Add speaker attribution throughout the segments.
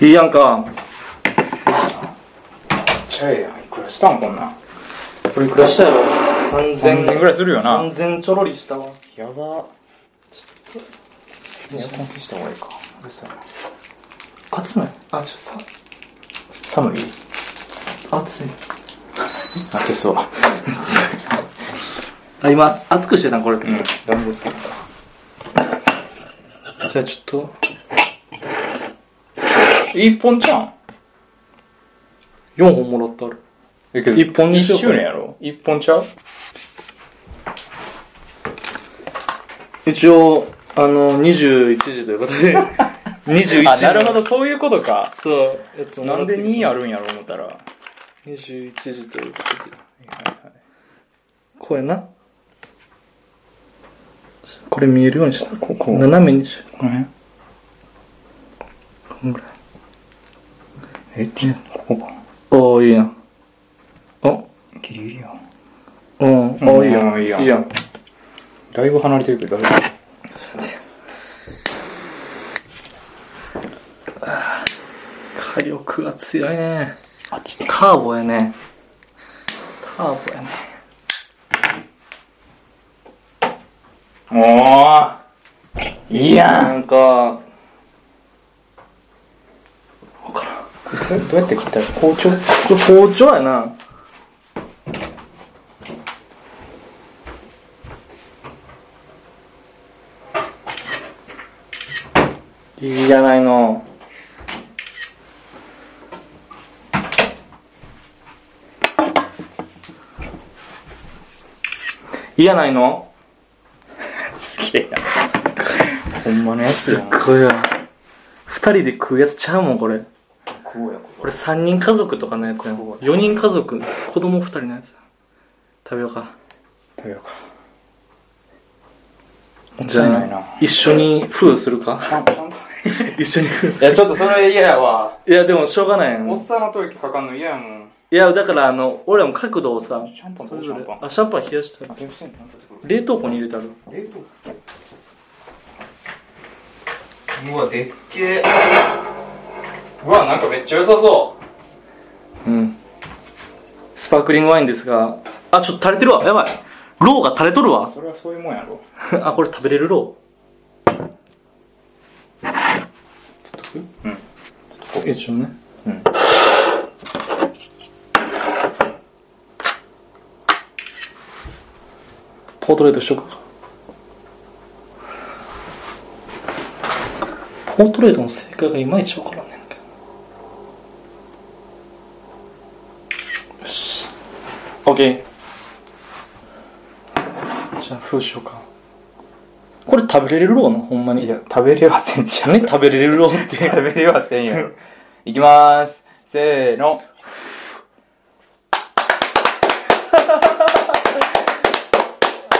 Speaker 1: いいやんか
Speaker 2: ちゃえやんいくらしたんこんなん
Speaker 1: これいくらしたやろ3000
Speaker 2: 3000ぐらいするよな
Speaker 1: 3000ちょろりしたわ
Speaker 2: やばエアコン消した方がいいかうるさいな
Speaker 1: 暑ないあちょさ
Speaker 2: 寒い
Speaker 1: 暑い
Speaker 2: あ消そう
Speaker 1: あ今暑くしてたんこれ、
Speaker 2: うんダメですか
Speaker 1: じゃあちょっと
Speaker 2: 一本じゃん
Speaker 1: 4本もらってある
Speaker 2: えけ
Speaker 1: 一本にしよう
Speaker 2: 一周年やろ一本ちゃう
Speaker 1: 一応あの21時ということで21時
Speaker 2: あなるほどそういうことか
Speaker 1: そうやつ
Speaker 2: なんで2あ
Speaker 1: る
Speaker 2: るんやろ思ったらはい
Speaker 1: 21時ということで
Speaker 2: はい
Speaker 1: こうやなこれ見えるようにした
Speaker 2: ここ
Speaker 1: 斜めにしよ
Speaker 2: この辺
Speaker 1: うこんぐらい
Speaker 2: えちょっとここか
Speaker 1: おーいいやんあ
Speaker 2: ギリギリやん
Speaker 1: うん、あ
Speaker 2: うん
Speaker 1: いいやん
Speaker 2: いいやん
Speaker 1: いいやん
Speaker 2: だいぶ離れてるけど大丈
Speaker 1: 火力が強いね
Speaker 2: 夫あっち
Speaker 1: カーボやねカーボやね
Speaker 2: おおいいや
Speaker 1: なんか
Speaker 2: どどうやって切ったら包丁
Speaker 1: これ包丁やないいじゃないのいいやないの
Speaker 2: すげえやほんまのやつやな
Speaker 1: これや二人で食うやつちゃうもんこれ
Speaker 2: こうやこ
Speaker 1: これ3人家族とかのやつやん
Speaker 2: ここ
Speaker 1: 4人家族子供2人のやつ食べようか
Speaker 2: 食べようかもっ
Speaker 1: じ
Speaker 2: たい
Speaker 1: ゃ
Speaker 2: ないな
Speaker 1: あ一緒に封するか
Speaker 2: パンパンパン
Speaker 1: 一緒に封す
Speaker 2: いやちょっとそれ嫌やわ
Speaker 1: るいやでもしょうがないやん
Speaker 2: おっさんの吐息かかんの嫌やもん
Speaker 1: いやだからあの俺らも角度をさ
Speaker 2: シャンパン
Speaker 1: それぞれ
Speaker 2: シャンパ
Speaker 1: あシャンパン冷やしたら
Speaker 2: どうしてんの
Speaker 1: 冷凍庫に入れたら
Speaker 2: 冷凍うわでっけえうわなんかめっちゃ良さそ
Speaker 1: うんスパークリングワインですがあちょっと垂れてるわやばいローが垂れとる
Speaker 2: う
Speaker 1: わ
Speaker 2: それはそういうもんやろ
Speaker 1: あこれ食べれるロ
Speaker 2: うん
Speaker 1: ー一応ね
Speaker 2: うん
Speaker 1: ポートレートしとくかポートレートの正解がいまいちわからんねんけどよし OK じゃあ封しようかこれ食べれるろうなほんまに
Speaker 2: いや食べれはせんちゃう
Speaker 1: 何食べれるろうって
Speaker 2: 食べれはせんやろいきまーすせーの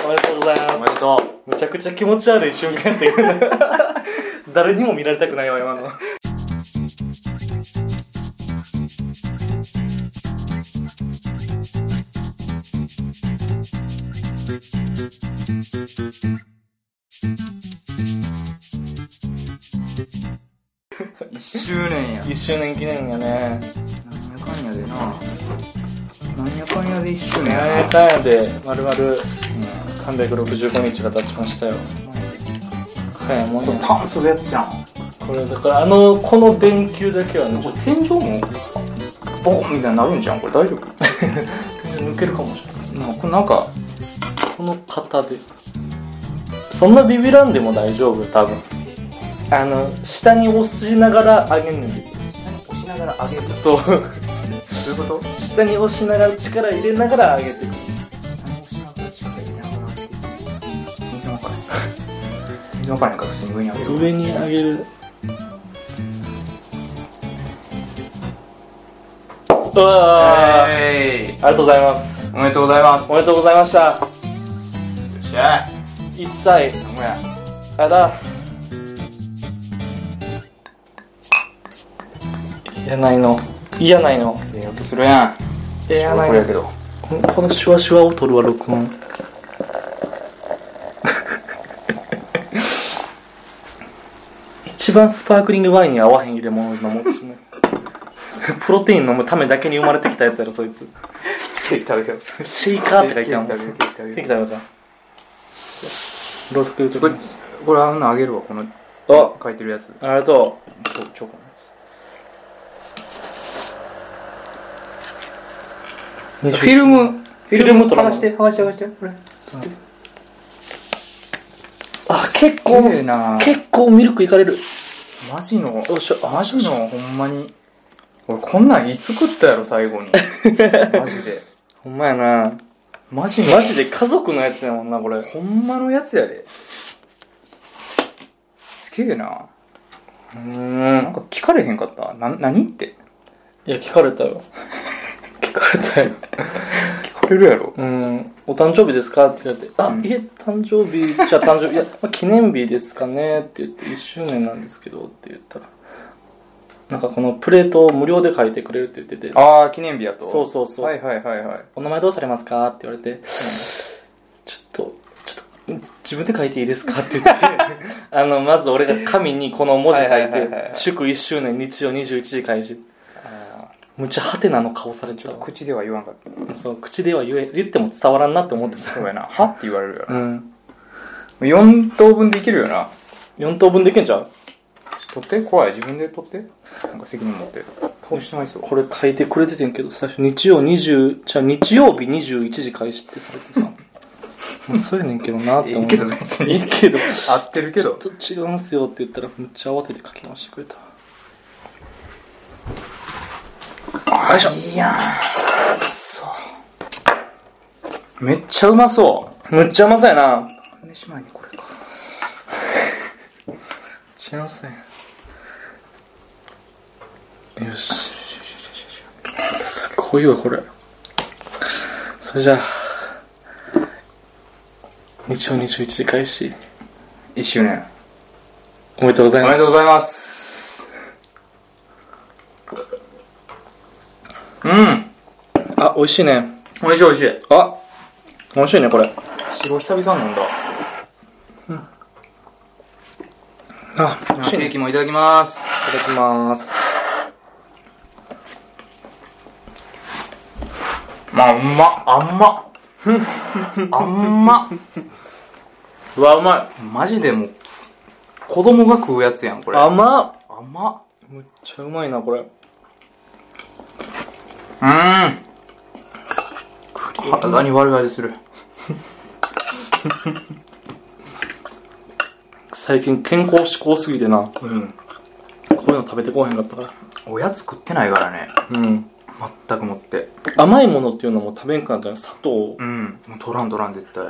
Speaker 1: おめでとうござい
Speaker 2: お
Speaker 1: ま
Speaker 2: めでと
Speaker 1: すむちゃくちゃ気持ち悪い瞬間 っていう誰にも見られたくないわ今の
Speaker 2: う1周年や
Speaker 1: 1周年記念がね
Speaker 2: なんやかんやでななんやかんやで1周年
Speaker 1: なんやかんやで丸々365日が経ちましたよ早いもんや
Speaker 2: パンするやつじゃん
Speaker 1: これだからあのこの電球だけはねちょ
Speaker 2: こ
Speaker 1: っ
Speaker 2: れ天井もボコンみたいになるんじゃんこれ大丈夫
Speaker 1: と抜けるかもしれない
Speaker 2: なんかこれなんか
Speaker 1: この型でそんなビビらんでも大丈夫多分あの下に押しながら上げんねん
Speaker 2: 下に押しながら上げる
Speaker 1: そう
Speaker 2: どういうこと
Speaker 1: 下に押しながら力入れながら上げてい
Speaker 2: 下
Speaker 1: く
Speaker 2: に押しながら力入れながら上げる全然わからん全然わからんから普通に上に上げる
Speaker 1: 上に上げるうわー、
Speaker 2: え
Speaker 1: ありがとうございます
Speaker 2: ーいおめでとうございます
Speaker 1: おめでとうございました
Speaker 2: よっしゃ
Speaker 1: 一歳
Speaker 2: いなんぼや
Speaker 1: あれだいやないのいやないの
Speaker 2: ええ音するやん
Speaker 1: いやない
Speaker 2: これやけ
Speaker 1: の
Speaker 2: ど
Speaker 1: このこのシュワシュワを取るわ録音一番スパークリングワインに合わへん入れ物飲もうとしないプロテイン飲むためだけに生まれてきたやつやろそいつ
Speaker 2: ケーキ食べよう
Speaker 1: シェイカーって書いてあるもん
Speaker 2: ケ
Speaker 1: ケ
Speaker 2: ーキ食べようケー
Speaker 1: ーキ
Speaker 2: キ食べよ
Speaker 1: 食べたろうそく言うときます
Speaker 2: うこれあのあげるわこの
Speaker 1: あ
Speaker 2: 書いてるやつ
Speaker 1: ありがとう
Speaker 2: チョチョコのやつ
Speaker 1: フ
Speaker 2: フィルム
Speaker 1: フィルムと
Speaker 2: 剥
Speaker 1: なの
Speaker 2: がして剥がして剥がしてこれ
Speaker 1: あ結
Speaker 2: す
Speaker 1: 構
Speaker 2: げえな
Speaker 1: 結構ミルクいかれる
Speaker 2: マジの
Speaker 1: よいしょ
Speaker 2: マジのほんまに俺こんなんいつ食ったやろ最後 にマジで
Speaker 1: ほんまやな
Speaker 2: マジの
Speaker 1: マジで家族のやつやもんなこれ
Speaker 2: ほんまのやつやですげえな
Speaker 1: う
Speaker 2: なん
Speaker 1: ん
Speaker 2: か聞かれへんかったな何って
Speaker 1: いや聞かれた よ聞かれたよ
Speaker 2: 聞かれるやろ
Speaker 1: うん、お誕生日ですかって言われて、あ、
Speaker 2: うん
Speaker 1: いえ、誕生日、じゃあ誕生日、いや、 まあ、記念日ですかねって言って、1周年なんですけどって言ったら、なんかこのプレートを無料で書いてくれるって言ってて、
Speaker 2: ああ記念日やと
Speaker 1: そうそうそう、
Speaker 2: はいはいはいはい
Speaker 1: お名前どうされますかって言われて、ちょっと、ちょっと、自分で書いていいですかって言って、 あの、まず俺が紙にこの文字書いて、
Speaker 2: はいはいはいはい
Speaker 1: 祝1周年日曜21時開始。
Speaker 2: あ
Speaker 1: むっちゃハテナの顔され
Speaker 2: ーち
Speaker 1: て
Speaker 2: ょ
Speaker 1: た
Speaker 2: っと
Speaker 1: わ
Speaker 2: 口では言わんかった
Speaker 1: そう、口では言え、言っても伝わらんなって思ってさ。
Speaker 2: そうやな はって言われるやろ
Speaker 1: うん。
Speaker 2: 4等分でいけるよな
Speaker 1: 4等分でいけんちゃう
Speaker 2: 取って怖い自分で取ってなんか責任持って倒してないっすよ
Speaker 1: これ書いてくれててんけど最初日曜20じゃあ日曜日21時開始ってされて さまあそうやねんけどなって思うい
Speaker 2: 別
Speaker 1: いいけど
Speaker 2: 合ってるけど
Speaker 1: ちょっと違うんすよって言ったらむっちゃ慌てて書き直してくれた
Speaker 2: よいしょいやーそうめっちゃうまそ
Speaker 1: むっちゃまさやなむっ
Speaker 2: う飯前にこれか
Speaker 1: ちゃまさやよしすごいわこれそれじゃあ日曜21時開始
Speaker 2: 1周年
Speaker 1: おめでとうござい
Speaker 2: お
Speaker 1: ます
Speaker 2: めでとうございますうん
Speaker 1: あ美味しいね
Speaker 2: おいしいおいしい
Speaker 1: あ美味しいねこれ
Speaker 2: 白久々飲んだ
Speaker 1: あ美味しい
Speaker 2: ケ
Speaker 1: ね
Speaker 2: ーキもいただきます
Speaker 1: いただきます
Speaker 2: まあうまあんま あんま
Speaker 1: うわうま
Speaker 2: マジでもう子供が食うやつやんこ
Speaker 1: い
Speaker 2: れ
Speaker 1: 甘っ
Speaker 2: 甘っ
Speaker 1: むっちゃうまいなこれ
Speaker 2: うーん体に悪がりする
Speaker 1: 最近健康志向すぎてなこ
Speaker 2: うん
Speaker 1: ういうの食べてこうへんかったか
Speaker 2: おやつ食ってないからね
Speaker 1: らうん
Speaker 2: 全くもって
Speaker 1: 甘いものっていうのも食べんくなったよ砂糖
Speaker 2: うんもう取らん取らん絶対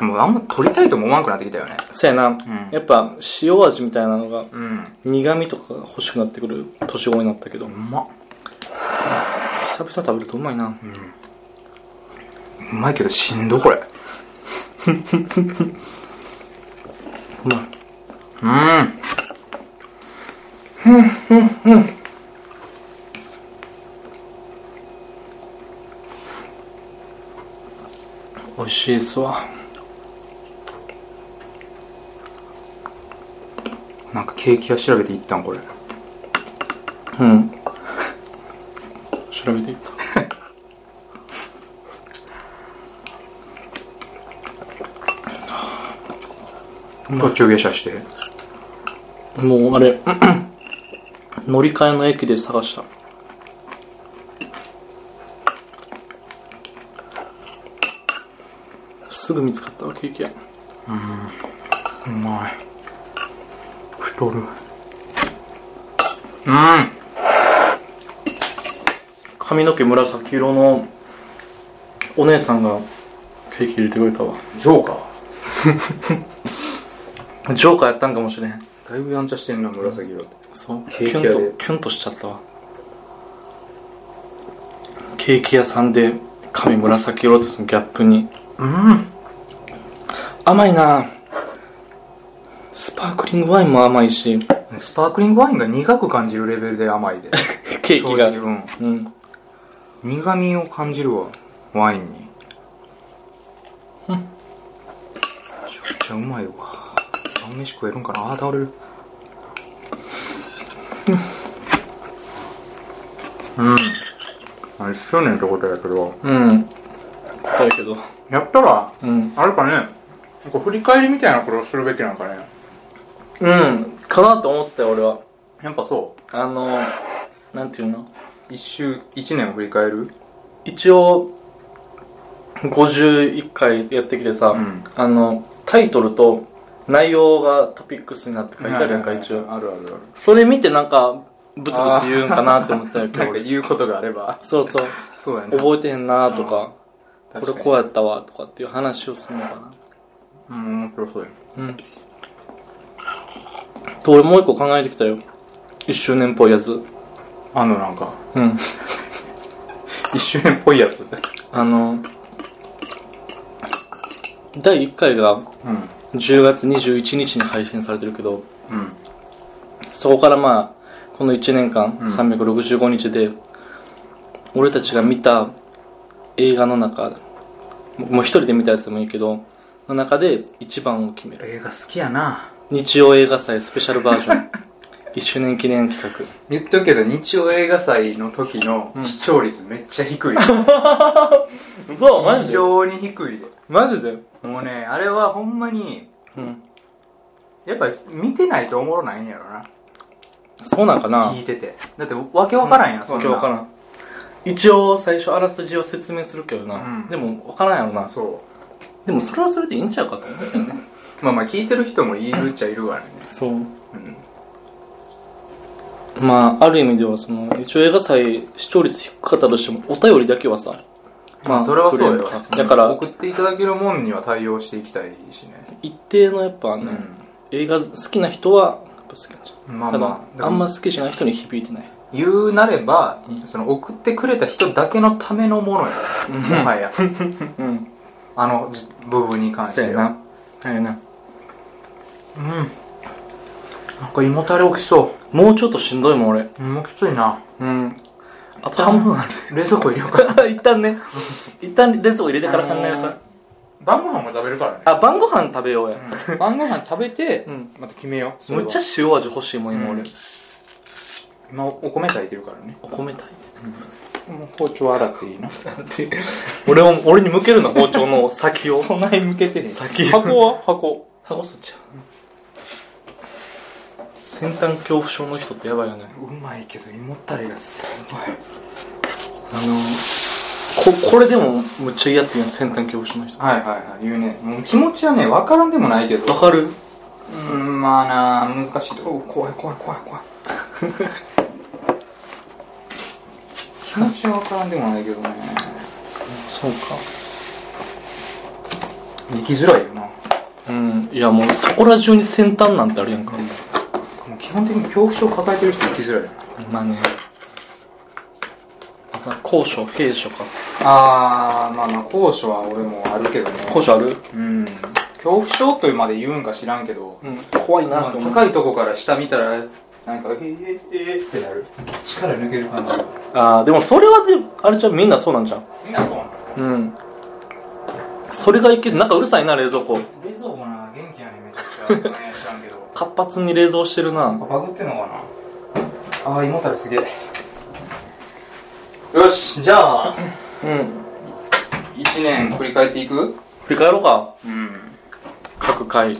Speaker 2: でもあんま取りたいとも思わんくなってきたよね
Speaker 1: そやな、
Speaker 2: ん
Speaker 1: やっぱ塩味みたいなのが
Speaker 2: うん
Speaker 1: 苦味とかが欲しくなってくる年頃になったけど
Speaker 2: う
Speaker 1: 久
Speaker 2: まっ
Speaker 1: 々食べるとうまいな
Speaker 2: うまいけどしんどこれ
Speaker 1: うまい
Speaker 2: うん
Speaker 1: 美味しいっすわ
Speaker 2: なんかケーキ屋調べていったんこれ
Speaker 1: うん調べていった
Speaker 2: 途中下車して
Speaker 1: もうあれ 乗り換えの駅で探したすぐ見つかったわケーキ屋
Speaker 2: うまい太るうん
Speaker 1: 髪の毛紫色のお姉さんがケーキ入れてくれたわ
Speaker 2: ジョーカー
Speaker 1: ジョーカーやったんかもしれん
Speaker 2: だいぶやんちゃしてんな紫色
Speaker 1: そうキ
Speaker 2: ケーキ屋
Speaker 1: ュン
Speaker 2: で
Speaker 1: とキュンとしちゃったわケーキ屋さんで髪紫色とそのギャップに
Speaker 2: うん
Speaker 1: 甘いなスパークリングワインも甘いし
Speaker 2: スパークリングワインが苦く感じるレベルで甘い で
Speaker 1: ケーキが
Speaker 2: 正直うん
Speaker 1: うん
Speaker 2: 苦味を感じるわワインにめちゃくちゃうまいわ晩飯食えるんかなあー倒れるうん。まあ、1周年ってことやけど、
Speaker 1: うん答えけど
Speaker 2: やったら、
Speaker 1: うん
Speaker 2: あれかね、こう振り返りみたいなことをするべきなんかね。
Speaker 1: うんかなと思ったよ俺は
Speaker 2: やっぱそ
Speaker 1: あのなんていうの
Speaker 2: う。一周、一年を振り返る
Speaker 1: 一応51回やってきてさ、
Speaker 2: うん
Speaker 1: あのタイトルと内容がトピックスになって書いてあるやんか
Speaker 2: はいはいはい
Speaker 1: 一応
Speaker 2: あるあるある。
Speaker 1: それ見てなんかブツブツ言うんかなって思ったよ今日
Speaker 2: 俺
Speaker 1: 俺
Speaker 2: 言うことがあれば。
Speaker 1: そうそう
Speaker 2: そうやね。
Speaker 1: 覚えてへんなとか
Speaker 2: うん
Speaker 1: これこうやったわとかっていう話をするのか
Speaker 2: うん、面白そうや。
Speaker 1: なうんと俺もう一個考えてきたよ1周年っぽいやつ
Speaker 2: あのなんか、
Speaker 1: うん
Speaker 2: 一周年っぽいやつ。
Speaker 1: あの第1回が
Speaker 2: うん。
Speaker 1: 10月21日に配信されてるけど
Speaker 2: うん。
Speaker 1: そこからまあこの1年間
Speaker 2: うん
Speaker 1: 365日で、俺たちが見た映画の中ももう一人で見たやつでもいいけどの中で一番を決める
Speaker 2: 映画好きやな。
Speaker 1: 日曜映画祭スペシャルバージョ ン1周年記念企画
Speaker 2: 言っとくけど、日曜映画祭の時の
Speaker 1: うん
Speaker 2: 視聴率めっちゃ低 い。
Speaker 1: 嘘
Speaker 2: 非常に低いで。
Speaker 1: マジで
Speaker 2: もうね、あれはほんまに、
Speaker 1: うん
Speaker 2: やっぱり見てないとおもろないんやろな。
Speaker 1: そうなんかな
Speaker 2: 聞いてて。だって、わけわからんやん、そ
Speaker 1: わ
Speaker 2: ん
Speaker 1: け
Speaker 2: な
Speaker 1: わからん一応最初あらすじを説明するけどな、
Speaker 2: うん
Speaker 1: でもわからんやろな
Speaker 2: そ
Speaker 1: でもそれはそれでいいんちゃうかと思うけどね
Speaker 2: う。まあまあ、聞いてる人もいるっちゃいるわね。
Speaker 1: そう
Speaker 2: うん。
Speaker 1: まあある意味ではその一応映画祭視聴率低かったとしてもお便りだけはさ
Speaker 2: まあ、それはそう
Speaker 1: く
Speaker 2: よ
Speaker 1: れるから。だから
Speaker 2: 送っていただけるもんには対応していきたいしね。
Speaker 1: 一定のやっぱね、映画好きな人はやっぱ好きなんじゃん、
Speaker 2: まあまあ
Speaker 1: ただあんま好きじゃない人に響いてない
Speaker 2: 言うなれば、
Speaker 1: うん
Speaker 2: その送ってくれた人だけのためのものや
Speaker 1: うん
Speaker 2: もはや
Speaker 1: うん
Speaker 2: あの部分に関し
Speaker 1: そう
Speaker 2: て
Speaker 1: や
Speaker 2: は
Speaker 1: なそうやな
Speaker 2: うんなんか胃もたれ起きそ
Speaker 1: もうちょっとしんどいもん俺
Speaker 2: うもうきついな
Speaker 1: うんあと
Speaker 2: 半
Speaker 1: 半
Speaker 2: 分
Speaker 1: 分
Speaker 2: ある冷蔵庫入れようか
Speaker 1: 一旦ね一旦冷蔵庫入れてから考えようか、
Speaker 2: 晩ご飯も食べるからね
Speaker 1: あ晩ご飯食べようや
Speaker 2: 晩ご飯食べて
Speaker 1: うん
Speaker 2: また決めよ
Speaker 1: むっちゃ塩味欲しいもん今俺、
Speaker 2: うん今お米炊いてるからね
Speaker 1: お米炊いて
Speaker 2: 包丁洗っていいな
Speaker 1: 俺を俺に向けるの包丁の先 を
Speaker 2: そんなに向けてへん
Speaker 1: 先
Speaker 2: 箱は箱
Speaker 1: 箱そっちゃ先端恐怖症の人ってやばいよね
Speaker 2: うまいけど胃もたれがすごい
Speaker 1: あのここれでもむっちゃ嫌っていうの先端恐怖症の人
Speaker 2: はいはいはい言うねもう気持ちはね分からんでもないけど
Speaker 1: わかる
Speaker 2: うんまあなあ難しいとこ怖い怖い怖い怖い気持ちは分からんでもないけどね
Speaker 1: そうか
Speaker 2: 生きづらいよなも
Speaker 1: うんいやもうそこら中に先端なんてあるやんか、
Speaker 2: う基本的に恐怖症抱えてる人生きづらいよ
Speaker 1: まあねまあ高所低所か
Speaker 2: あーまあまあ高所は俺もあるけどね
Speaker 1: 高所ある
Speaker 2: うん恐怖症というまで言うんか知らんけど、
Speaker 1: うん怖い
Speaker 2: まあ、
Speaker 1: あ
Speaker 2: 高いとこから下見たらなんかえー、えー、えーってなる力抜ける感じ
Speaker 1: あーでもそれはであれじゃんみんなそうなんじゃん
Speaker 2: みんなそうなの
Speaker 1: うんそれがいけなんかうるさいな冷蔵庫
Speaker 2: 冷蔵庫な元気やねめちゃくちゃ何や知らんけど
Speaker 1: 活発に冷蔵してるな
Speaker 2: バグってんのかなああ胃もたれすげえよしじゃあ
Speaker 1: うん
Speaker 2: 1年振り返っていく
Speaker 1: 振り返ろうか
Speaker 2: うん
Speaker 1: 各回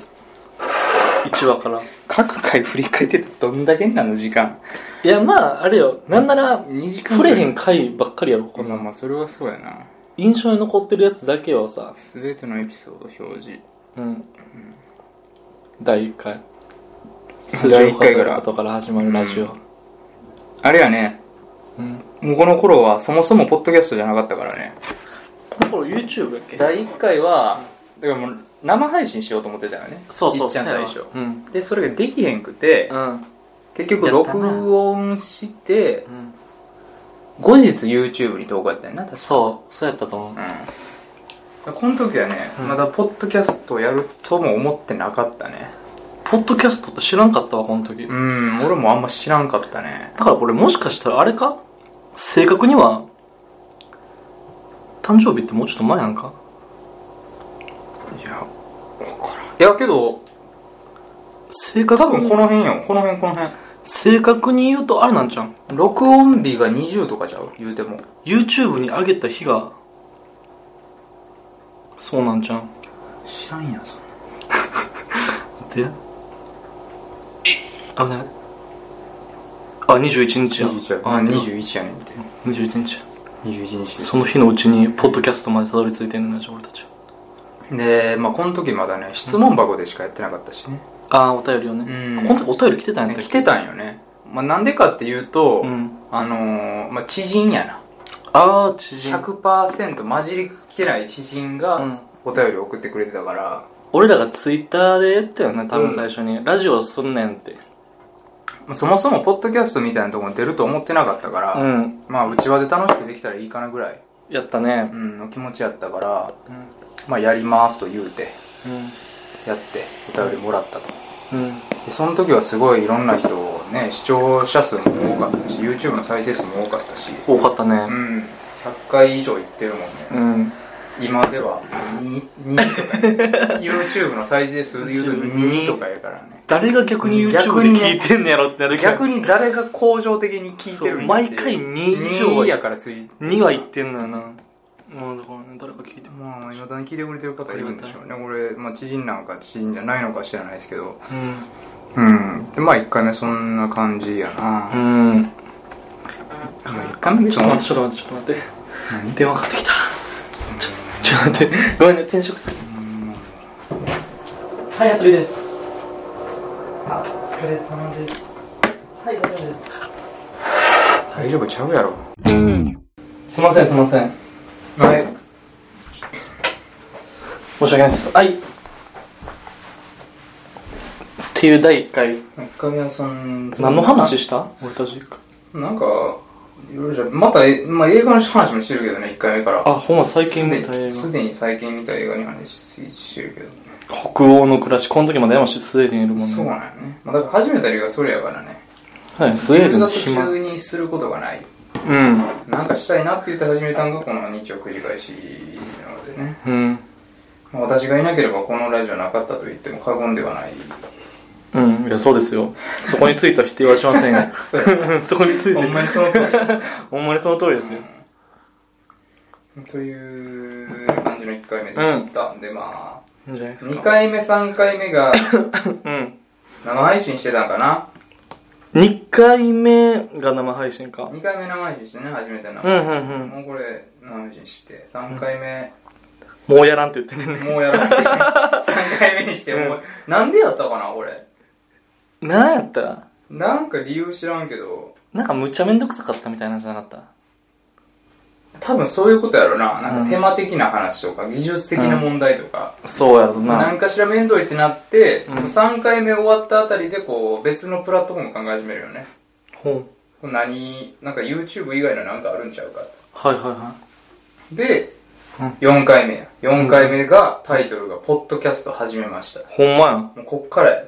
Speaker 1: 1話から
Speaker 2: 各回振り返っててどんだけなの時間
Speaker 1: いやまああれよなんなら
Speaker 2: 2時間
Speaker 1: 触れへん回ばっかりやろこんな
Speaker 2: まあそれはそうやな
Speaker 1: 印象に残ってるやつだけをさ
Speaker 2: 全てのエピソード表示
Speaker 1: うん第1回
Speaker 2: 第一回から
Speaker 1: 数字を数えることから始まるラジオ
Speaker 2: あれやね
Speaker 1: うん
Speaker 2: もうこの頃はそもそもポッドキャストじゃなかったからね
Speaker 1: この頃 YouTube やっけ
Speaker 2: 第1回はだからもう生配信しようと思ってたよね
Speaker 1: そうそう
Speaker 2: いっちゃん最初
Speaker 1: うん
Speaker 2: でそれができへんくて
Speaker 1: うん
Speaker 2: 結局
Speaker 1: やったな
Speaker 2: 録音して
Speaker 1: うん
Speaker 2: 後日 YouTube に投稿やったんやな確か
Speaker 1: そうそうやったと思う
Speaker 2: うん、この時はね、
Speaker 1: うん
Speaker 2: まだポッドキャストをやるとも思ってなかったね
Speaker 1: ポッドキャストって知らんかったわこの時
Speaker 2: うん俺もあんま知らんかったね
Speaker 1: だからこれもしかしたらあれか正確には誕生日ってもうちょっと前なんか
Speaker 2: いや分からんいやけど
Speaker 1: 正
Speaker 2: 多
Speaker 1: 確に
Speaker 2: 分この辺よこの辺この辺
Speaker 1: 正確に言うとあれなんじゃん
Speaker 2: 録音日が20とかちゃう言うても
Speaker 1: YouTube に上げた日がそうなんじゃん
Speaker 2: 知らんやんそんな
Speaker 1: 待って危ないあ21日や
Speaker 2: 21や
Speaker 1: あ
Speaker 2: あ
Speaker 1: 21
Speaker 2: 21やねんみたいな
Speaker 1: 日や
Speaker 2: 21日です
Speaker 1: その日のうちにポッドキャストまでたどり着いてんのよじゃあ俺たち
Speaker 2: でまあこの時まだね質問箱でしかやってなかったしね、
Speaker 1: ああお便りをね、
Speaker 2: うん
Speaker 1: この時お便り来てたんやったっ
Speaker 2: 来
Speaker 1: け
Speaker 2: てたんよねまあなんでかっていうと、
Speaker 1: うん
Speaker 2: あのーまあ知人やな
Speaker 1: ああ知人
Speaker 2: 100%混じりきてない知人
Speaker 1: う
Speaker 2: が
Speaker 1: ん
Speaker 2: お便り送ってくれてたから、
Speaker 1: 俺らがツイッターで言ったよね多
Speaker 2: う
Speaker 1: 分
Speaker 2: ん
Speaker 1: 最初に、ラジオすんねんって
Speaker 2: まあそもそもポッドキャストみたいなところに出ると思ってなかったから、
Speaker 1: うん
Speaker 2: まあうちわで楽しくできたらいいかなぐらい、
Speaker 1: やったね
Speaker 2: うん、の気持ちやったから
Speaker 1: うん
Speaker 2: まあやりますと言うて
Speaker 1: うん
Speaker 2: やってお便りもらったと
Speaker 1: うん
Speaker 2: でその時はすごいいろんな人ね視聴者数も多かったし YouTube の再生数も多かったし
Speaker 1: 多かった
Speaker 2: う
Speaker 1: ね
Speaker 2: ん100回以上行ってるもんね、
Speaker 1: うん
Speaker 2: 今では2 2とか、ね、YouTube の再生数で言うと2とかやからね
Speaker 1: 誰が逆に YouTube で
Speaker 2: 逆にね
Speaker 1: 聞いてんのやろってなるけど
Speaker 2: 逆に誰が向上的に聞いてるんや
Speaker 1: そう毎回2以上は
Speaker 2: 2やからつい
Speaker 1: 2は言ってんのよなもうだからね誰か聞いても
Speaker 2: まあまあいまだに聞いてくれてる方いるんでしょうね俺、まあ、知人なのか知人じゃないのか知らないですけどうんでまあ1回目そんな感じや
Speaker 1: う
Speaker 2: な、
Speaker 1: んうん
Speaker 2: まあ、1回目
Speaker 1: ちょっと待ってちょっと待ってちょっと待って
Speaker 2: 何
Speaker 1: 電話かかってきたちょちょっと待ってごめんね転職するはい服部ですあお疲れ様ですはい大丈夫です
Speaker 2: 大丈夫ちゃうやろ
Speaker 1: すいませんすいません
Speaker 2: はい
Speaker 1: 申し訳ないですはいっていう第1回
Speaker 2: 1回目はそん
Speaker 1: 何の話した俺たち
Speaker 2: なんかいろいろじゃまた、えまあ、映画の話もしてるけどね1回目から
Speaker 1: あほんま最近見た映
Speaker 2: すでにすでに最近見た映画に話してるけど、
Speaker 1: 画北欧の暮らしこの時まで山市スウェーデンいるもんね
Speaker 2: そうなんよね、まあ、だから初めて映画それやからね
Speaker 1: はいスウェーデ
Speaker 2: 映
Speaker 1: ンの
Speaker 2: 画
Speaker 1: 暇
Speaker 2: 中にすることがない
Speaker 1: うん
Speaker 2: なんかしたいなって言って始めたんがこの日曜繰り返しなのでね、
Speaker 1: うん
Speaker 2: まあ私がいなければこのラジオなかったと言っても過言ではない
Speaker 1: うんいやそうですよそこについては否定はしませんよ
Speaker 2: そうや
Speaker 1: そこについて
Speaker 2: ほんまにその通り
Speaker 1: ほんまにその通りですよ
Speaker 2: という感じの1回目でした、でまあ
Speaker 1: いいんじゃないですか
Speaker 2: 2回目3回目が
Speaker 1: うん
Speaker 2: 生配信してたんかな
Speaker 1: 2回目が生配信か
Speaker 2: 2回目生配信してね初めての生配信、
Speaker 1: うんうんうん
Speaker 2: もうこれ生配信して3回目、
Speaker 1: もうやらんって言ってんね
Speaker 2: もうやらなくて3回目にしてもう、なんでやったかな俺
Speaker 1: なんやったら
Speaker 2: なんか理由知らんけど
Speaker 1: なんかむっちゃめんどくさかったみたいなんじゃなかった
Speaker 2: 多分そういうことやろななん
Speaker 1: うん
Speaker 2: か手間的な話とか技術的な問題とか、
Speaker 1: そうやろな
Speaker 2: 何かしら面倒いってなって、
Speaker 1: うん
Speaker 2: 3回目終わったあたりでこう別のプラットフォーム考え始めるよね
Speaker 1: ほん
Speaker 2: これ何なんか YouTube 以外のなんかあるんちゃうかっつって
Speaker 1: はいはいは
Speaker 2: で、
Speaker 1: うん
Speaker 2: 4回目や4回目が、タイトルが「ポッドキャスト始めました」
Speaker 1: いほんまやん
Speaker 2: もうこっからや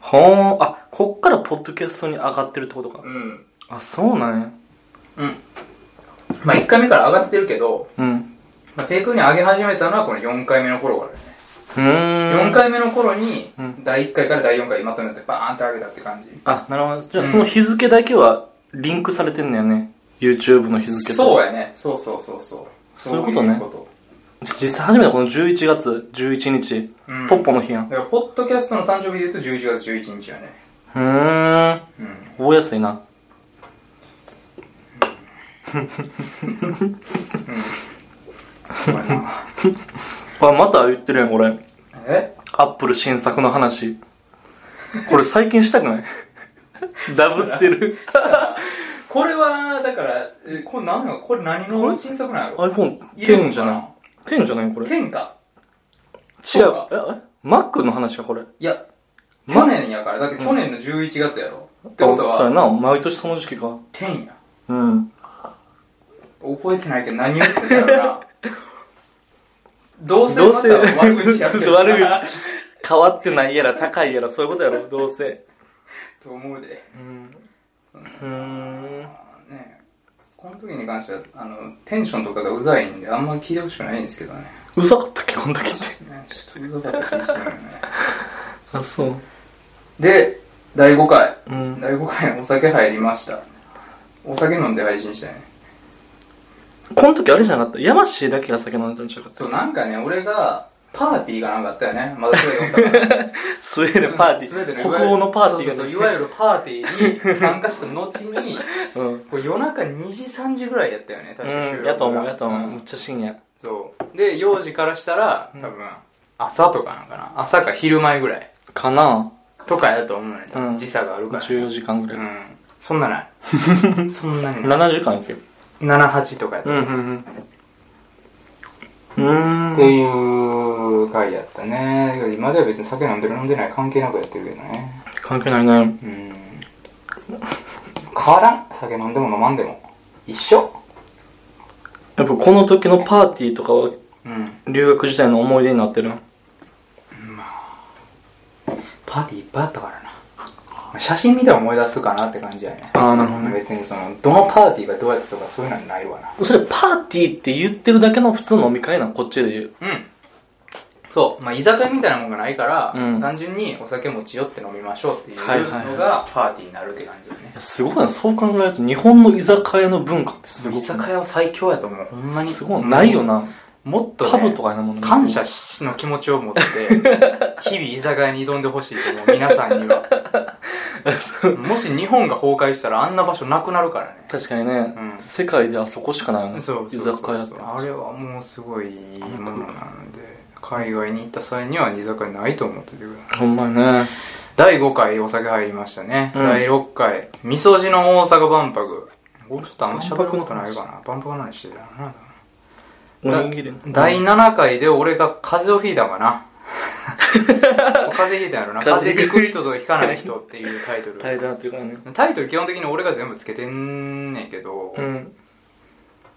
Speaker 1: ほーんあこっからポッドキャストに上がってるってことか
Speaker 2: うん
Speaker 1: あそうなんや
Speaker 2: うんまあ1回目から上がってるけど、
Speaker 1: うん
Speaker 2: まあ、正確に上げ始めたのはこの4回目の頃からね、
Speaker 1: うーん
Speaker 2: 4回目の頃に、
Speaker 1: うん
Speaker 2: 第1回から第4回まとめてバーンって上げたって感じ
Speaker 1: あなるほどじゃあその日付だけはリンクされてんだよね YouTube の日付と
Speaker 2: そうやねそうそうそうそう
Speaker 1: そういうことね
Speaker 2: そういうこ
Speaker 1: 実際初めてこの11月11日、
Speaker 2: とうん
Speaker 1: ポッポの日やん
Speaker 2: だからポッドキャストの誕生日で言うと11月11日やね
Speaker 1: うーん
Speaker 2: うん
Speaker 1: 覚えやすいな
Speaker 2: そうや な
Speaker 1: あまた言ってるやん俺
Speaker 2: え
Speaker 1: アップル新作の話これ最近したくない ダブってる
Speaker 2: さあこれはだからえこれ何なのこれ何の新作なんやろ
Speaker 1: iPhone
Speaker 2: 入れるのか
Speaker 1: 10じゃない10じゃないこれ違う
Speaker 2: 天かそうか
Speaker 1: ええ Mac の話かこれ
Speaker 2: いや去年やからだって去年の11月やろ、ってこと
Speaker 1: あそうや
Speaker 2: は
Speaker 1: な毎年その時期か
Speaker 2: 天や
Speaker 1: うん
Speaker 2: 覚えてないけど何言ってたやろ などうせ
Speaker 1: どう
Speaker 2: また
Speaker 1: せ
Speaker 2: 悪口やってる
Speaker 1: 悪口変わってないやら高いやらそういうことやろどうせ
Speaker 2: と思うで
Speaker 1: うんうーん
Speaker 2: まあねこの時に関してはあのテンションとかがうざいんであんま聞いてほしくないんですけどね
Speaker 1: うざかったっけこの時って
Speaker 2: ねちょっとうざかった気がするよね
Speaker 1: あそう
Speaker 2: で第5回
Speaker 1: うん
Speaker 2: 第5回お酒入りましたお酒飲んで配信したよね
Speaker 1: この時あれじゃなかった山氏だけが酒飲んでたんちゃうかった
Speaker 2: そうなんかね俺がパーティーがなんかあったよねまだそれ読 んだから
Speaker 1: スウェーデンパーティ
Speaker 2: スウェーデン
Speaker 1: ー
Speaker 2: の
Speaker 1: 北欧のパーティー
Speaker 2: そうそうそうい
Speaker 1: が
Speaker 2: わゆるパーティーに参加した後に
Speaker 1: うん
Speaker 2: これ夜中2時3時ぐらいやったよね確か収録
Speaker 1: うん
Speaker 2: が
Speaker 1: やと思うやと思う、
Speaker 2: ん
Speaker 1: むっちゃ深夜
Speaker 2: そうで幼児からしたら多分朝とかなんかな朝か昼前ぐらい
Speaker 1: かな
Speaker 2: とかやと思うね、
Speaker 1: うん
Speaker 2: 時差があるから、
Speaker 1: 14時間ぐ
Speaker 2: う
Speaker 1: らい、
Speaker 2: んそんな ないそんなにない
Speaker 1: 7時間いける
Speaker 2: 78とかやった、
Speaker 1: んうんうん
Speaker 2: っ
Speaker 1: う
Speaker 2: て
Speaker 1: ーん
Speaker 2: いう回やったね今では別に酒飲んでる飲んでない関係なくやってるけどね
Speaker 1: 関係ないね
Speaker 2: うん変わらん酒飲んでも飲まんでも一緒
Speaker 1: やっぱこの時のパーティーとかは
Speaker 2: うん
Speaker 1: 留学時代の思い出になってるの
Speaker 2: パーティーいっぱいあったからなまあ写真見たら思い出すかなって感じやね
Speaker 1: あーなるほどね
Speaker 2: 別にそのどのパーティーがどうやったとかそういうのはないわな
Speaker 1: それパーティーって言ってるだけの普通の飲み会なんこっちで言う
Speaker 2: うんそう、まあ、居酒屋みたいなもんがないから、
Speaker 1: うん
Speaker 2: 単純にお酒持ち寄って飲みましょうっていう
Speaker 1: はいはい
Speaker 2: のがパーティーになるって感じだね、
Speaker 1: すごいなそう考えると日本の居酒屋の文化ってすご
Speaker 2: 居
Speaker 1: い
Speaker 2: 酒屋は最強やと思うほんまに
Speaker 1: すごいないよな
Speaker 2: もっと、ね、
Speaker 1: パブとかやなもんね
Speaker 2: 感謝の気持ちを 持って日々居酒屋に挑んでほしいと思う皆さんに はもし日本が崩壊したらあんな場所なくなるからね
Speaker 1: 確かにね、
Speaker 2: うん
Speaker 1: 世界であそこしかないよね
Speaker 2: そう
Speaker 1: 居
Speaker 2: そうそう
Speaker 1: 酒
Speaker 2: そう
Speaker 1: 屋って
Speaker 2: あれはもうすごいいいものなんで海外に行った際には居酒屋ないと思っててください
Speaker 1: ほんまにね
Speaker 2: 第5回お酒入りましたね、
Speaker 1: うん
Speaker 2: 第6回みそじの大阪万博これちょっとあんましゃべること
Speaker 1: 万博の
Speaker 2: な
Speaker 1: 話
Speaker 2: いかな万博の話してたよな
Speaker 1: おにぎり
Speaker 2: 第7回で俺が風邪をひいたか な風邪ひいたんやろな風
Speaker 1: 風
Speaker 2: 邪
Speaker 1: 邪
Speaker 2: ひ
Speaker 1: ひ
Speaker 2: く
Speaker 1: く
Speaker 2: 人とひかない人っていうタイトル
Speaker 1: 大変なっていうかね
Speaker 2: タイトル基本的に俺が全部つけてんねんけど、
Speaker 1: うん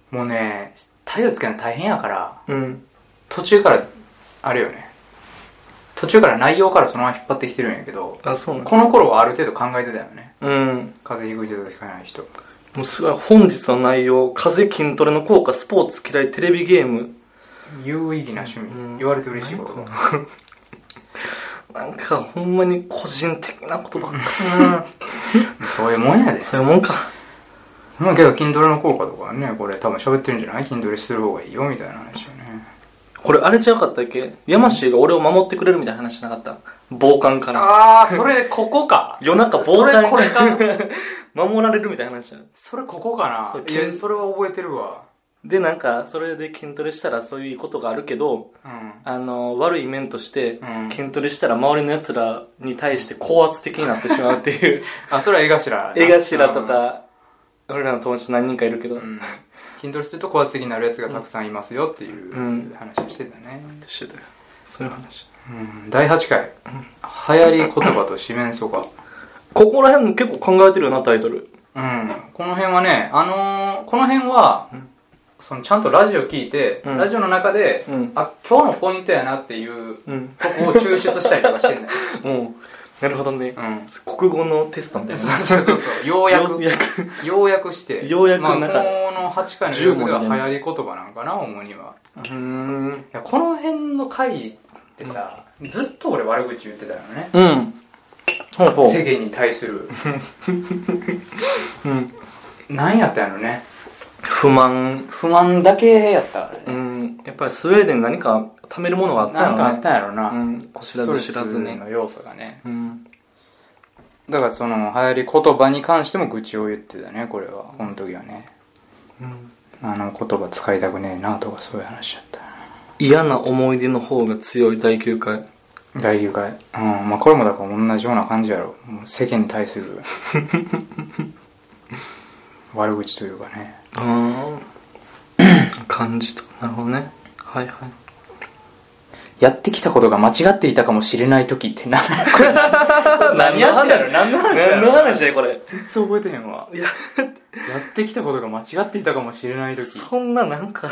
Speaker 2: もうねタイトルつけるの大変やから
Speaker 1: うん
Speaker 2: 途中からあれよね途中から内容からそのまま引っ張ってきてるんやけど
Speaker 1: あそうなん
Speaker 2: この頃はある程度考えてたよね
Speaker 1: うん
Speaker 2: 風邪ひく人とひかない人
Speaker 1: もうすごい本日の内容風筋トレの効果スポーツ嫌いテレビゲーム
Speaker 2: 有意義な趣味、
Speaker 1: うん
Speaker 2: 言われて嬉しいこと
Speaker 1: なんかなんかほんまに個人的なことばっかりな
Speaker 2: そういうもんやで
Speaker 1: そういうもんか
Speaker 2: まあけど筋トレの効果とかはねこれ多分喋ってるんじゃない筋トレする方がいいよみたいな話よね
Speaker 1: これあれちゃうかったっけ山氏が俺を守ってくれるみたいな話なかった暴漢から
Speaker 2: ああそれここか
Speaker 1: 夜中暴
Speaker 2: それ
Speaker 1: 漢
Speaker 2: これか
Speaker 1: 守られるみたいな話だ
Speaker 2: それここか
Speaker 1: そう
Speaker 2: ないやそれは覚えてるわ
Speaker 1: でなんかそれで筋トレしたらそういうことがあるけど
Speaker 2: うん
Speaker 1: あの悪い面として
Speaker 2: うん
Speaker 1: 筋トレしたら周りの奴らに対して高圧的になってしまうっていう
Speaker 2: あそれは江 頭
Speaker 1: 江頭とか俺らの友達何人かいるけど、
Speaker 2: うん筋トレすると高圧的になるやつがたくさんいますよっていう
Speaker 1: うん
Speaker 2: 話をしてたね、
Speaker 1: してたよそういう話
Speaker 2: うん、第8回流行り言葉と四面楚歌
Speaker 1: ここら辺結構考えてるよなタイトル
Speaker 2: うん、この辺はね、あのーこの辺は、そのちゃんとラジオ聞いて、
Speaker 1: うん
Speaker 2: ラジオの中で、
Speaker 1: うん
Speaker 2: あ、今日のポイントやなっていう
Speaker 1: うん
Speaker 2: とこを抽出したりとかしてんだよ。
Speaker 1: も うなるほどね、
Speaker 2: うん。
Speaker 1: 国語のテストみたい
Speaker 2: そ
Speaker 1: な
Speaker 2: うそうそうそう。ようや
Speaker 1: よ
Speaker 2: く
Speaker 1: う、やく
Speaker 2: ようやくして。
Speaker 1: ようやく
Speaker 2: まあ、こ
Speaker 1: なんか
Speaker 2: の8回のルームが
Speaker 1: 10文字
Speaker 2: 流
Speaker 1: で
Speaker 2: 行り言葉なんかな、主には。
Speaker 1: うーん
Speaker 2: いや、この辺の回ってさ、ずっと俺悪口言ってたよね。
Speaker 1: うんほうほ
Speaker 2: 世間に対する。
Speaker 1: う、うん、
Speaker 2: なんやったんやろね。
Speaker 1: 不満
Speaker 2: 不満だけやったから
Speaker 1: う
Speaker 2: ね。
Speaker 1: んやっぱりスウェーデン何か貯めるものがあった
Speaker 2: なんかあ
Speaker 1: よ
Speaker 2: っ
Speaker 1: ね
Speaker 2: たんやろな。
Speaker 1: うん知らず知らず
Speaker 2: スト
Speaker 1: に
Speaker 2: レスの要素がね
Speaker 1: うん
Speaker 2: だからその流行り言葉に関しても愚痴を言ってたねこれはこの時はね
Speaker 1: うん
Speaker 2: あの言葉使いたくねえなとかそういう話だったな
Speaker 1: 嫌な思い出の方が強い第9回
Speaker 2: 大誘拐うんまあこれもだから同じような感じやろもう世間に対す る悪口というかね
Speaker 1: ああ感じとなるほどねはいはい
Speaker 2: やってきたことが間違っていたかもしれない時って な何やってんやろ何の話やろ
Speaker 1: 何の話だよこれ
Speaker 2: 全然覚えてへんわ
Speaker 1: いや
Speaker 2: やってきたことが間違っていたかもしれない時
Speaker 1: そんななんか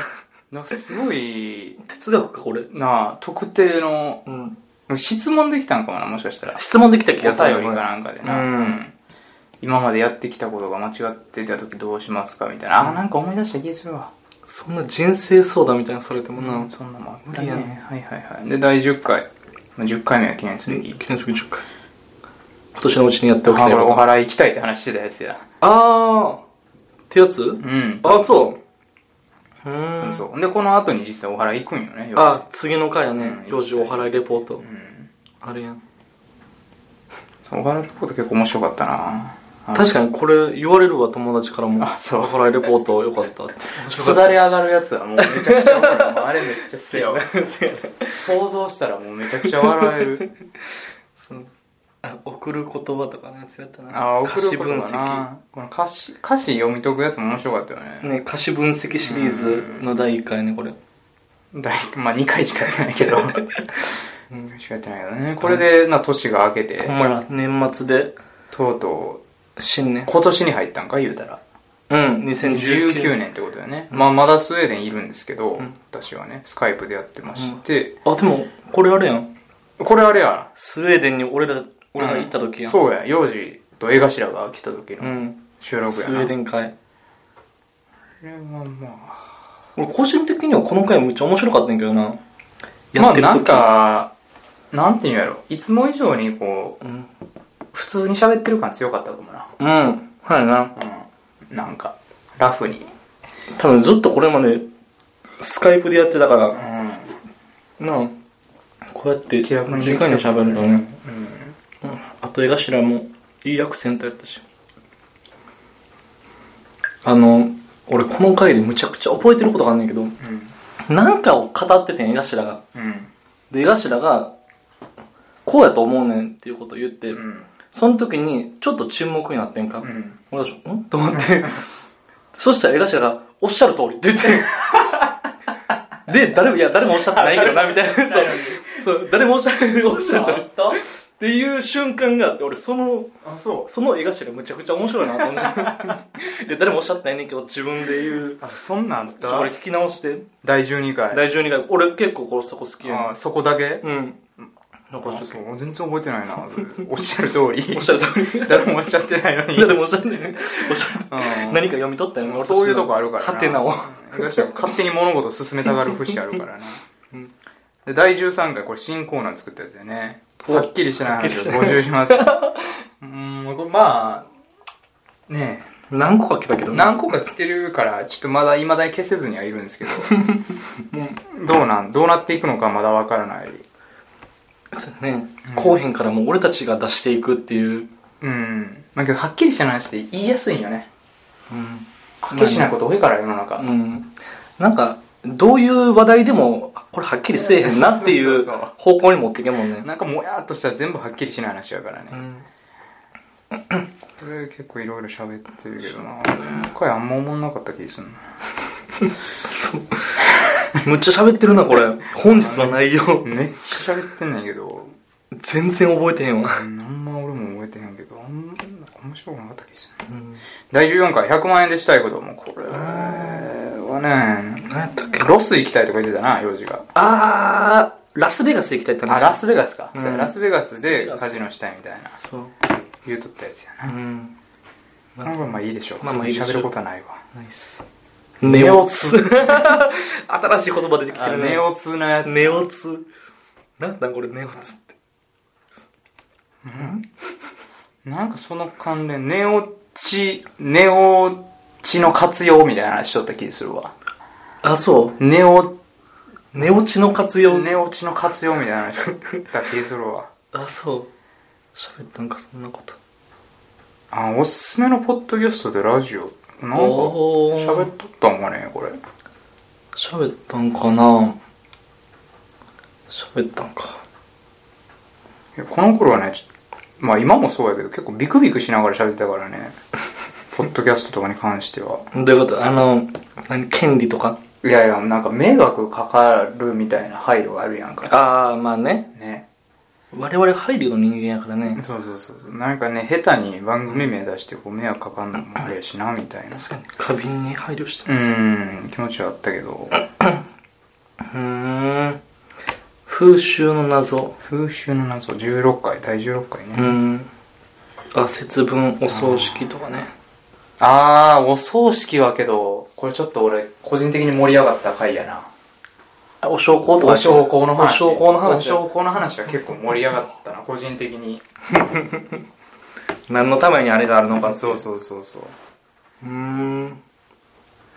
Speaker 2: なんかすごい
Speaker 1: 哲学かこれ
Speaker 2: なあ特定の
Speaker 1: うん
Speaker 2: 質問できたんかもなもしかしたら
Speaker 1: 質問できた気がす
Speaker 2: お
Speaker 1: る
Speaker 2: 便りかなんかでな、
Speaker 1: うん
Speaker 2: 今までやってきたことが間違ってた時どうしますかみたいな、あ
Speaker 1: うん
Speaker 2: なんか思い出した気がするわ、
Speaker 1: そんな人生相談みたいなのされてもな、
Speaker 2: うんそんなもんあった
Speaker 1: 無理や
Speaker 2: ね
Speaker 1: ね
Speaker 2: はいはいはいで第10回まあ10回目は記念すべき、
Speaker 1: 記念すべき10回年のうちにやってお
Speaker 2: あ
Speaker 1: きたい
Speaker 2: これ
Speaker 1: こ
Speaker 2: お
Speaker 1: とあ
Speaker 2: 祓い行きたいって話してたやつや
Speaker 1: あーってやつ、
Speaker 2: うん
Speaker 1: あそうう
Speaker 2: うんんそうでこの後に実際お祓い行くんよねよく
Speaker 1: あ次の回やね
Speaker 2: うん
Speaker 1: 幼児お祓いレポート、
Speaker 2: うん
Speaker 1: あれやん
Speaker 2: そうお祓いレポート結構面白かったな
Speaker 1: 確か
Speaker 2: に
Speaker 1: にこれ言われるわ友達からも
Speaker 2: あそう
Speaker 1: お祓いレポートよかったって
Speaker 2: すだれ上がるやつはもうめちゃくちゃ笑うもうあれめっちゃ好きやわ想像したらもうめちゃくちゃ笑える
Speaker 1: そのあ送る言葉とかのやつやった な
Speaker 2: ああ送ることか
Speaker 1: 歌詞分析
Speaker 2: なこの歌詞歌詞読み解くやつも面白かったよね
Speaker 1: ね歌詞分析シリーズの第1回ねこれ
Speaker 2: だいまあ2回しかやってないけど2 回しかやってないけどねこれでな年が明けて
Speaker 1: ほんまや年末で
Speaker 2: とうと
Speaker 1: 新
Speaker 2: う
Speaker 1: 年
Speaker 2: 今年に入ったんか言うたら
Speaker 1: うん2019
Speaker 2: 19年ってことだよね、まあ、まだスウェーデンいるんですけど、
Speaker 1: ん
Speaker 2: 私はねスカイプでやってまして、
Speaker 1: あでもこれあれやん
Speaker 2: これあれや
Speaker 1: スウェーデンに俺ら俺ら行った時やん、
Speaker 2: そうや幼児と絵頭が来た時
Speaker 1: う
Speaker 2: の
Speaker 1: ん
Speaker 2: 収録や
Speaker 1: スウ
Speaker 2: な、
Speaker 1: ェーデン会
Speaker 2: これはま
Speaker 1: 俺個人的にはこの回めっちゃ面白かったんやけどな
Speaker 2: あま
Speaker 1: や
Speaker 2: あ
Speaker 1: ってる
Speaker 2: なん
Speaker 1: 時、
Speaker 2: かなんていうんやろいつも以上にこう
Speaker 1: うん
Speaker 2: 普通に喋ってる感強かったかもな
Speaker 1: うんはいな
Speaker 2: うんなんかラフに
Speaker 1: 多分ずっとこれまでスカイプでやってたから
Speaker 2: うん、
Speaker 1: なあこうやって
Speaker 2: 気
Speaker 1: 直
Speaker 2: 楽
Speaker 1: に
Speaker 2: にできた
Speaker 1: 喋るのね
Speaker 2: うん、
Speaker 1: うんあと絵頭もいいアクセントやったしあの俺この回でむちゃくちゃ覚えてることがあんねんけど
Speaker 2: うん
Speaker 1: なんかを語っててん絵頭が
Speaker 2: うん
Speaker 1: で絵頭がこうやと思うねんっていうことを言って、
Speaker 2: うん
Speaker 1: その時にちょっと沈黙になってんか、
Speaker 2: うん
Speaker 1: 俺たちんと思ってそしたら絵頭が「おっしゃる通り」って言ってで誰もいや誰もおっしゃってないけどなみたいなそうそう誰もおっしゃるおっしゃる通りっていう瞬間があって俺その
Speaker 2: あそ
Speaker 1: その絵頭むちゃくちゃ面白いなと思ってで誰もおっしゃってないねんけど自分で言う
Speaker 2: うあそんなんあっ
Speaker 1: ち
Speaker 2: た
Speaker 1: ょ俺聞き直して
Speaker 2: 第12回
Speaker 1: 第12回俺結構これそこ好きや
Speaker 2: あー
Speaker 1: ね
Speaker 2: そこだけ
Speaker 1: んうん残
Speaker 2: あ
Speaker 1: しと
Speaker 2: そう全然覚えてないなおっしゃる通
Speaker 1: け
Speaker 2: り
Speaker 1: おっしゃる通り
Speaker 2: 誰もおっしゃってないのに
Speaker 1: 誰もおっしゃってないおっしゃる
Speaker 2: うん
Speaker 1: 何か読み取ったよね俺たちの
Speaker 2: そういうとこあるからな
Speaker 1: ハテナを
Speaker 2: 東は勝手に物事を進めたがる節あるからな
Speaker 1: うん
Speaker 2: で第13回これ新コーナー作ったやつだよね
Speaker 1: お
Speaker 2: はっきりしてない話を
Speaker 1: はっ
Speaker 2: 募
Speaker 1: き
Speaker 2: 集しますうーんこれまあねえ
Speaker 1: 何個か来たけど
Speaker 2: 何個か来てるからちょっとまだいまだに消せずにはいるんですけどどうなんどうなっていくのかまだわからない
Speaker 1: ね後編からもう俺たちが出していくっていう
Speaker 2: うんだけどはっきりした話って言いやすいんよね
Speaker 1: うん、
Speaker 2: はっきりしないこと多いから世の中、
Speaker 1: うん、なんかどういう話題でもあこれはっきりせえへんなってい
Speaker 2: そう
Speaker 1: う
Speaker 2: そうそう
Speaker 1: 方向に持ってけんもんね
Speaker 2: なんかもやっとしたら全部はっきりしない話やからね、
Speaker 1: うん
Speaker 2: これ結構いろいろ喋ってるけどな回あんま思んなかった気する
Speaker 1: そうむっちゃ喋ってるなこれ本日の内容
Speaker 2: なめっちゃ喋ってんねんけど
Speaker 1: 全然覚えてへんわ、
Speaker 2: うんあんま俺も覚えてへんけどあんまなんか面白くなかった気する第14回100万円でしたいこともこれはね
Speaker 1: 何やったっけ
Speaker 2: ロス行きたいとか言ってたな幼児が
Speaker 1: あーラスベガス行きたいって話
Speaker 2: あラスベガスか、そうや
Speaker 1: うん
Speaker 2: ラスベガスでカジノしたいみたいな
Speaker 1: そう
Speaker 2: 言うとったやつや
Speaker 1: う
Speaker 2: な、
Speaker 1: ん
Speaker 2: これはまあいいでしょう、
Speaker 1: まあまあいいでしょう
Speaker 2: 喋ることはないわ
Speaker 1: ナイスネオツ新しい言葉出てきて
Speaker 2: あ
Speaker 1: るね
Speaker 2: ネオ通なやつ
Speaker 1: ネオツなんだこれネオツって
Speaker 2: なんかその関連、寝落ち、寝落ちの活用みたいな話しとった気するわ。
Speaker 1: あそ
Speaker 2: 寝落、
Speaker 1: う寝落ちの活用
Speaker 2: 寝落ちの 活用みたいな話しとった気するわ。
Speaker 1: あそう喋ったんかそんなこと
Speaker 2: あ、おすすめのポッドキャストでラジオ、なんか
Speaker 1: おー
Speaker 2: 喋っとったんかね、これ。
Speaker 1: 喋ったんかな喋ったんか
Speaker 2: いやこの頃はね、ちょっとまあ今もそうやけど結構ビクビクしながら喋ってたから ね。ポッドキャストとかに関しては。
Speaker 1: どういうことあの何権利とか
Speaker 2: いやいや、なんか迷惑かかるみたいな配慮があるやんか。
Speaker 1: ああまあね
Speaker 2: ね。
Speaker 1: 我々配慮の人間やからね
Speaker 2: そうそうそうそうなんかね下手に番組名出してこう迷惑かかんのもあれやしなみたいな
Speaker 1: 確かに過敏に配慮して
Speaker 2: う
Speaker 1: ます
Speaker 2: ん気持ちはあったけど
Speaker 1: ふーん風習の謎
Speaker 2: 風習の謎16回第16回ね、
Speaker 1: うんあ節分お葬式とかね
Speaker 2: ああお葬式はけどこれちょっと俺個人的に盛り上がった回やな
Speaker 1: あお焼香とか
Speaker 2: お焼香の話
Speaker 1: お焼香の話
Speaker 2: お焼香の話は結構盛り上がったな個人的に
Speaker 1: 何のためにあれがあるのか
Speaker 2: そうそうそうそううーん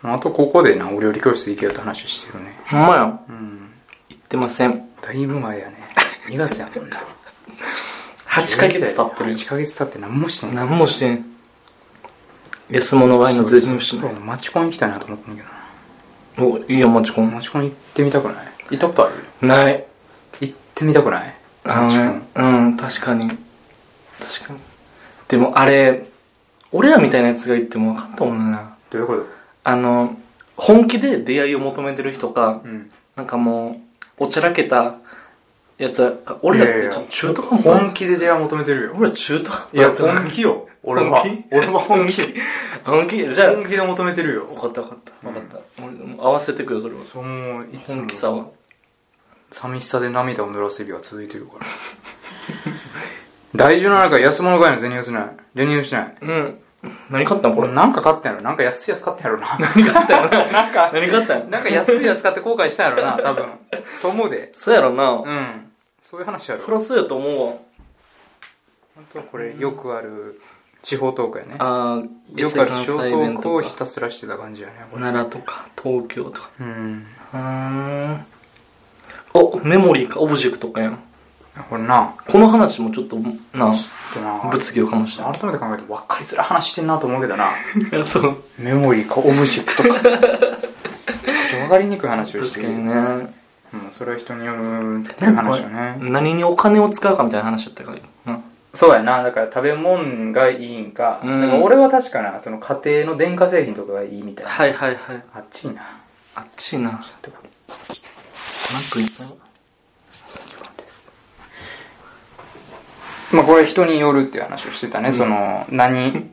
Speaker 2: あとここでなお料理教室行けよって話してるね
Speaker 1: ほんまや
Speaker 2: うん
Speaker 1: 言ってません
Speaker 2: だいぶ前やね2 月やもんな
Speaker 1: 8ヶ月経ってる
Speaker 2: 8ヶ月経って何もしてない
Speaker 1: 何もしてん安物買いの税金もしてない
Speaker 2: そうマチコン行きたいなと思ったんだけ
Speaker 1: おいいやマチ
Speaker 2: ど
Speaker 1: コン
Speaker 2: マチコン行ってみたくない行ったことある
Speaker 1: ない
Speaker 2: 行ってみたくない
Speaker 1: あ
Speaker 2: マチコ
Speaker 1: のね
Speaker 2: ン
Speaker 1: うん確かに確かにでもあれ俺らみたいなやつが言っても分かったもんな
Speaker 2: どういうこと
Speaker 1: あの本気で出会いを求めてる人か
Speaker 2: うん
Speaker 1: なんかもうおちゃらけたやつは俺ら
Speaker 2: いやい
Speaker 1: っ
Speaker 2: や
Speaker 1: てちょっと中途半端
Speaker 2: 本気で出会い求めてるよ
Speaker 1: 俺ら中途半
Speaker 2: いや
Speaker 1: 端だっ
Speaker 2: 本気よ俺は
Speaker 1: 本気
Speaker 2: 俺は本気
Speaker 1: た本気じゃあ
Speaker 2: 本気で求めてる
Speaker 1: 分
Speaker 2: よ
Speaker 1: かった分かった分かった、俺もう合わせてくよそれは
Speaker 2: そうもういつも
Speaker 1: 本気さは
Speaker 2: 寂しさで涙を濡らす日々が続いてるから大事な中安物買いの銭入しない銭入しない
Speaker 1: うん 何買ったんこ
Speaker 2: 俺
Speaker 1: れ
Speaker 2: なんか買ったんやろなんか安いやつ買ったんやろ ななんか
Speaker 1: 何買 ったん
Speaker 2: なんか安いやつ買って後悔したんやろ な多分と思うで
Speaker 1: そうやろな、
Speaker 2: うんそういう話やろ
Speaker 1: そりゃそうやと思うわ
Speaker 2: 本当これよくある地方トークやね
Speaker 1: ああ
Speaker 2: よくある地方ト
Speaker 1: 西弁
Speaker 2: ーク
Speaker 1: と
Speaker 2: をひ
Speaker 1: か
Speaker 2: たすらしてた感じやねこれ
Speaker 1: 奈良とか東京とか
Speaker 2: うん
Speaker 1: うーんおメモリーかオブジェクトかやん
Speaker 2: これな
Speaker 1: この話もちょっとな
Speaker 2: ちょっとな
Speaker 1: 物議をかもしれ
Speaker 2: 改めて考えて分かりづらい話してんなと思うけどな
Speaker 1: ないそう
Speaker 2: メモリーかオムシックとかちょっと分かりにくい話をして
Speaker 1: 確か
Speaker 2: る
Speaker 1: にね
Speaker 2: うん、それは人によるっていう話よね
Speaker 1: 何にお金を使うかみたいな話やったからな
Speaker 2: そうやなだから食べ物がいいんか、
Speaker 1: うん
Speaker 2: でも俺は確かなその家庭の電化製品とかがいいみたいな
Speaker 1: はいはいはい
Speaker 2: あっちいな
Speaker 1: あっちいなマッ
Speaker 2: ちょっと待って
Speaker 1: クいっぱい
Speaker 2: まあこれ人によるっていう話をしてたね、その何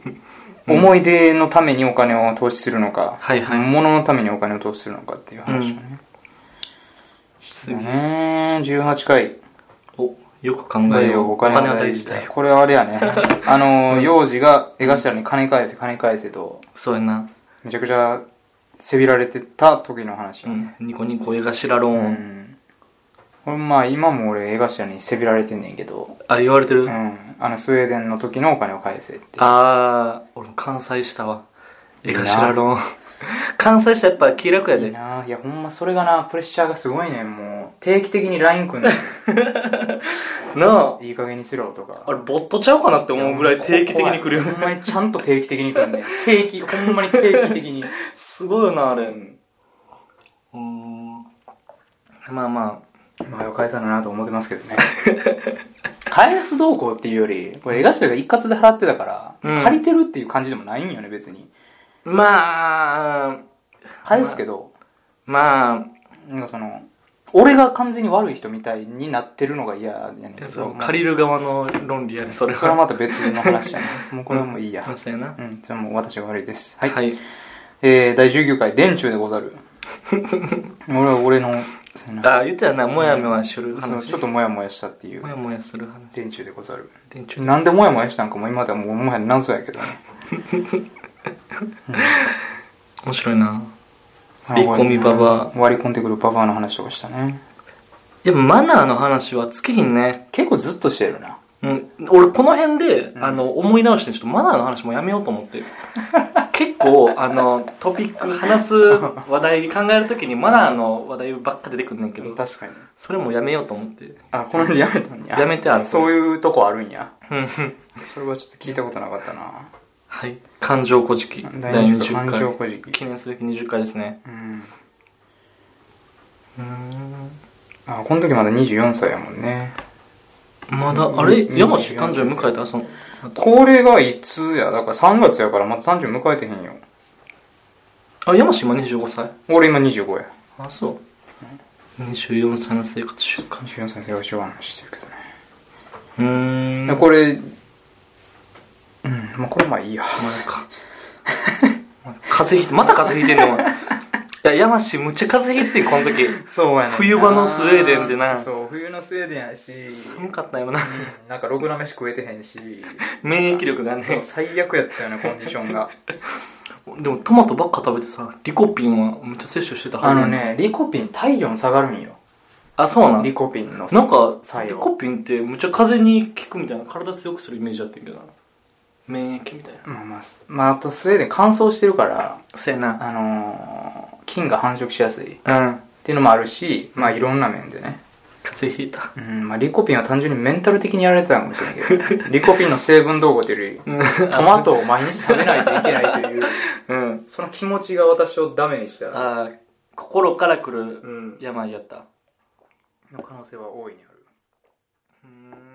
Speaker 2: 思い出のためにお金を投資するのか、
Speaker 1: はいはい
Speaker 2: 物のためにお金を投資するのかっていう話をね、
Speaker 1: すげえ
Speaker 2: ね18回
Speaker 1: およく考
Speaker 2: だ
Speaker 1: えよ
Speaker 2: よ
Speaker 1: う
Speaker 2: お金は大事だよこれはあれ やねあの幼児が江頭に金返せ金返せと
Speaker 1: そうやな、
Speaker 2: めちゃくちゃせびられてた時の話
Speaker 1: う
Speaker 2: やね
Speaker 1: ん、ニコニコ絵頭ローン、
Speaker 2: うん俺まあ今も俺江頭にせびられてんねんけど
Speaker 1: あ言われてる、
Speaker 2: う
Speaker 1: あ
Speaker 2: んあのスウェーデンの時のお金を返せって
Speaker 1: あー俺も関西したわ
Speaker 2: いい
Speaker 1: 絵
Speaker 2: な
Speaker 1: 頭 ローン関西したやっぱ気楽や
Speaker 2: いい
Speaker 1: で
Speaker 2: ないやほんまそれがなプレッシャーがすごいねんもう定期的に LINE くんね ん
Speaker 1: なあ
Speaker 2: いい加減にしろとか
Speaker 1: あれボットちゃうかなって思うぐらい定期的に来るよね
Speaker 2: ほんまにちゃんと定期的に来るねん定期ほんまに定期的に
Speaker 1: すごいよなあれ
Speaker 2: う
Speaker 1: うんーんまあま
Speaker 2: まあ、返さななと思ってますけ どね。返す動向っていうより、これ、江頭が一括で払ってたから、
Speaker 1: うん
Speaker 2: 借りてるっていう感じでもないんよね、別に。
Speaker 1: あまあ
Speaker 2: 返すけど、
Speaker 1: まあ
Speaker 2: なんかその、俺が完全に悪い人みたいになってるのが嫌やねんけ
Speaker 1: そ
Speaker 2: ど、
Speaker 1: う
Speaker 2: まあ
Speaker 1: 借りる側の論理やねそれは
Speaker 2: それはまた別の話やね。も うこれはもういいや
Speaker 1: まあ。そうやな
Speaker 2: うん、それはもう私が悪いです。はい。
Speaker 1: はい、
Speaker 2: えー、第19回、電柱でござ る。俺は俺の、そうやな
Speaker 1: ああ言ってたなもやもやする
Speaker 2: その
Speaker 1: 話
Speaker 2: ちょっとモヤモヤしたっていう
Speaker 1: も、やもやする話
Speaker 2: 電柱でござる。
Speaker 1: 店長
Speaker 2: なんでモヤモヤしたんかも今ではもうもはや謎やけどね。
Speaker 1: 面白いなリコミババ
Speaker 2: 割り込んでくるババアの話とかしたね
Speaker 1: でもマナーの話は尽きひんね
Speaker 2: 結構ずっとしてるな
Speaker 1: うん俺この辺で、
Speaker 2: ん
Speaker 1: あの思い直してちょっとマナーの話もやめようと思ってる結構あのトピック話す話題考えるときにマナーの話題ばっか出てくんねんけど
Speaker 2: 確かに
Speaker 1: それもやめようと思って
Speaker 2: あこの辺でやめたん や
Speaker 1: やめてある
Speaker 2: そういうとこあるんや
Speaker 1: うんうん
Speaker 2: それはちょっと聞いたことなかったな
Speaker 1: はい感情古事記第20
Speaker 2: 感情こ
Speaker 1: 回
Speaker 2: じき
Speaker 1: 記念すべき20回ですね
Speaker 2: うん
Speaker 1: うーん
Speaker 2: あこの時まだ24歳やもんね
Speaker 1: まだあれ
Speaker 2: うん
Speaker 1: 山氏誕生日迎えたその
Speaker 2: これがいつやだから3月やからまだ30迎えてへんよ
Speaker 1: あ山氏今25歳
Speaker 2: 俺今25や
Speaker 1: あそう24歳の生活習慣
Speaker 2: 24歳の生活してるけどね
Speaker 1: うーん
Speaker 2: でこれうんまあこれまあいいや
Speaker 1: お前かお前 風邪ひいてまた風邪ひいてんのお前いや山氏むっちゃ風邪ひいててこの時
Speaker 2: そうやねんな
Speaker 1: 冬場のスウェーデンでな
Speaker 2: そう冬のスウェーデンやし
Speaker 1: 寒かったよな
Speaker 2: うんなんかろくな飯食えてへん し
Speaker 1: 免疫力が
Speaker 2: そう
Speaker 1: ね
Speaker 2: 最悪やったよねコンディションが
Speaker 1: でもトマトばっか食べてさリコピンはめっちゃ摂取してたは
Speaker 2: あ
Speaker 1: ずや
Speaker 2: の
Speaker 1: ん
Speaker 2: ねリコピン体温下がるんよ
Speaker 1: あそうなん
Speaker 2: リコピンの
Speaker 1: なんか
Speaker 2: 作
Speaker 1: リ
Speaker 2: 用
Speaker 1: コピンってむっちゃ風邪に効くみたいな体強くするイメージあってんけどな免疫みたいな
Speaker 2: まあまあ、すまあ、あとスウェーデン乾燥してるから、
Speaker 1: せやな
Speaker 2: あのー菌が繁殖しやすいっ
Speaker 1: うん
Speaker 2: ていうのもあるし、まあいろんな面でね。
Speaker 1: 風邪ひいた
Speaker 2: うん、まあリコピンは単純にメンタル的にやられてたのかもしれない けど、リコピンの成分動画というよ り、トマトを毎日食べないといけないと いう、
Speaker 1: うん
Speaker 2: その気持ちが私をダメにした、
Speaker 1: ああ心から
Speaker 2: う
Speaker 1: 来る
Speaker 2: ん、
Speaker 1: 病やった
Speaker 2: の可能性は大いにある。
Speaker 1: うん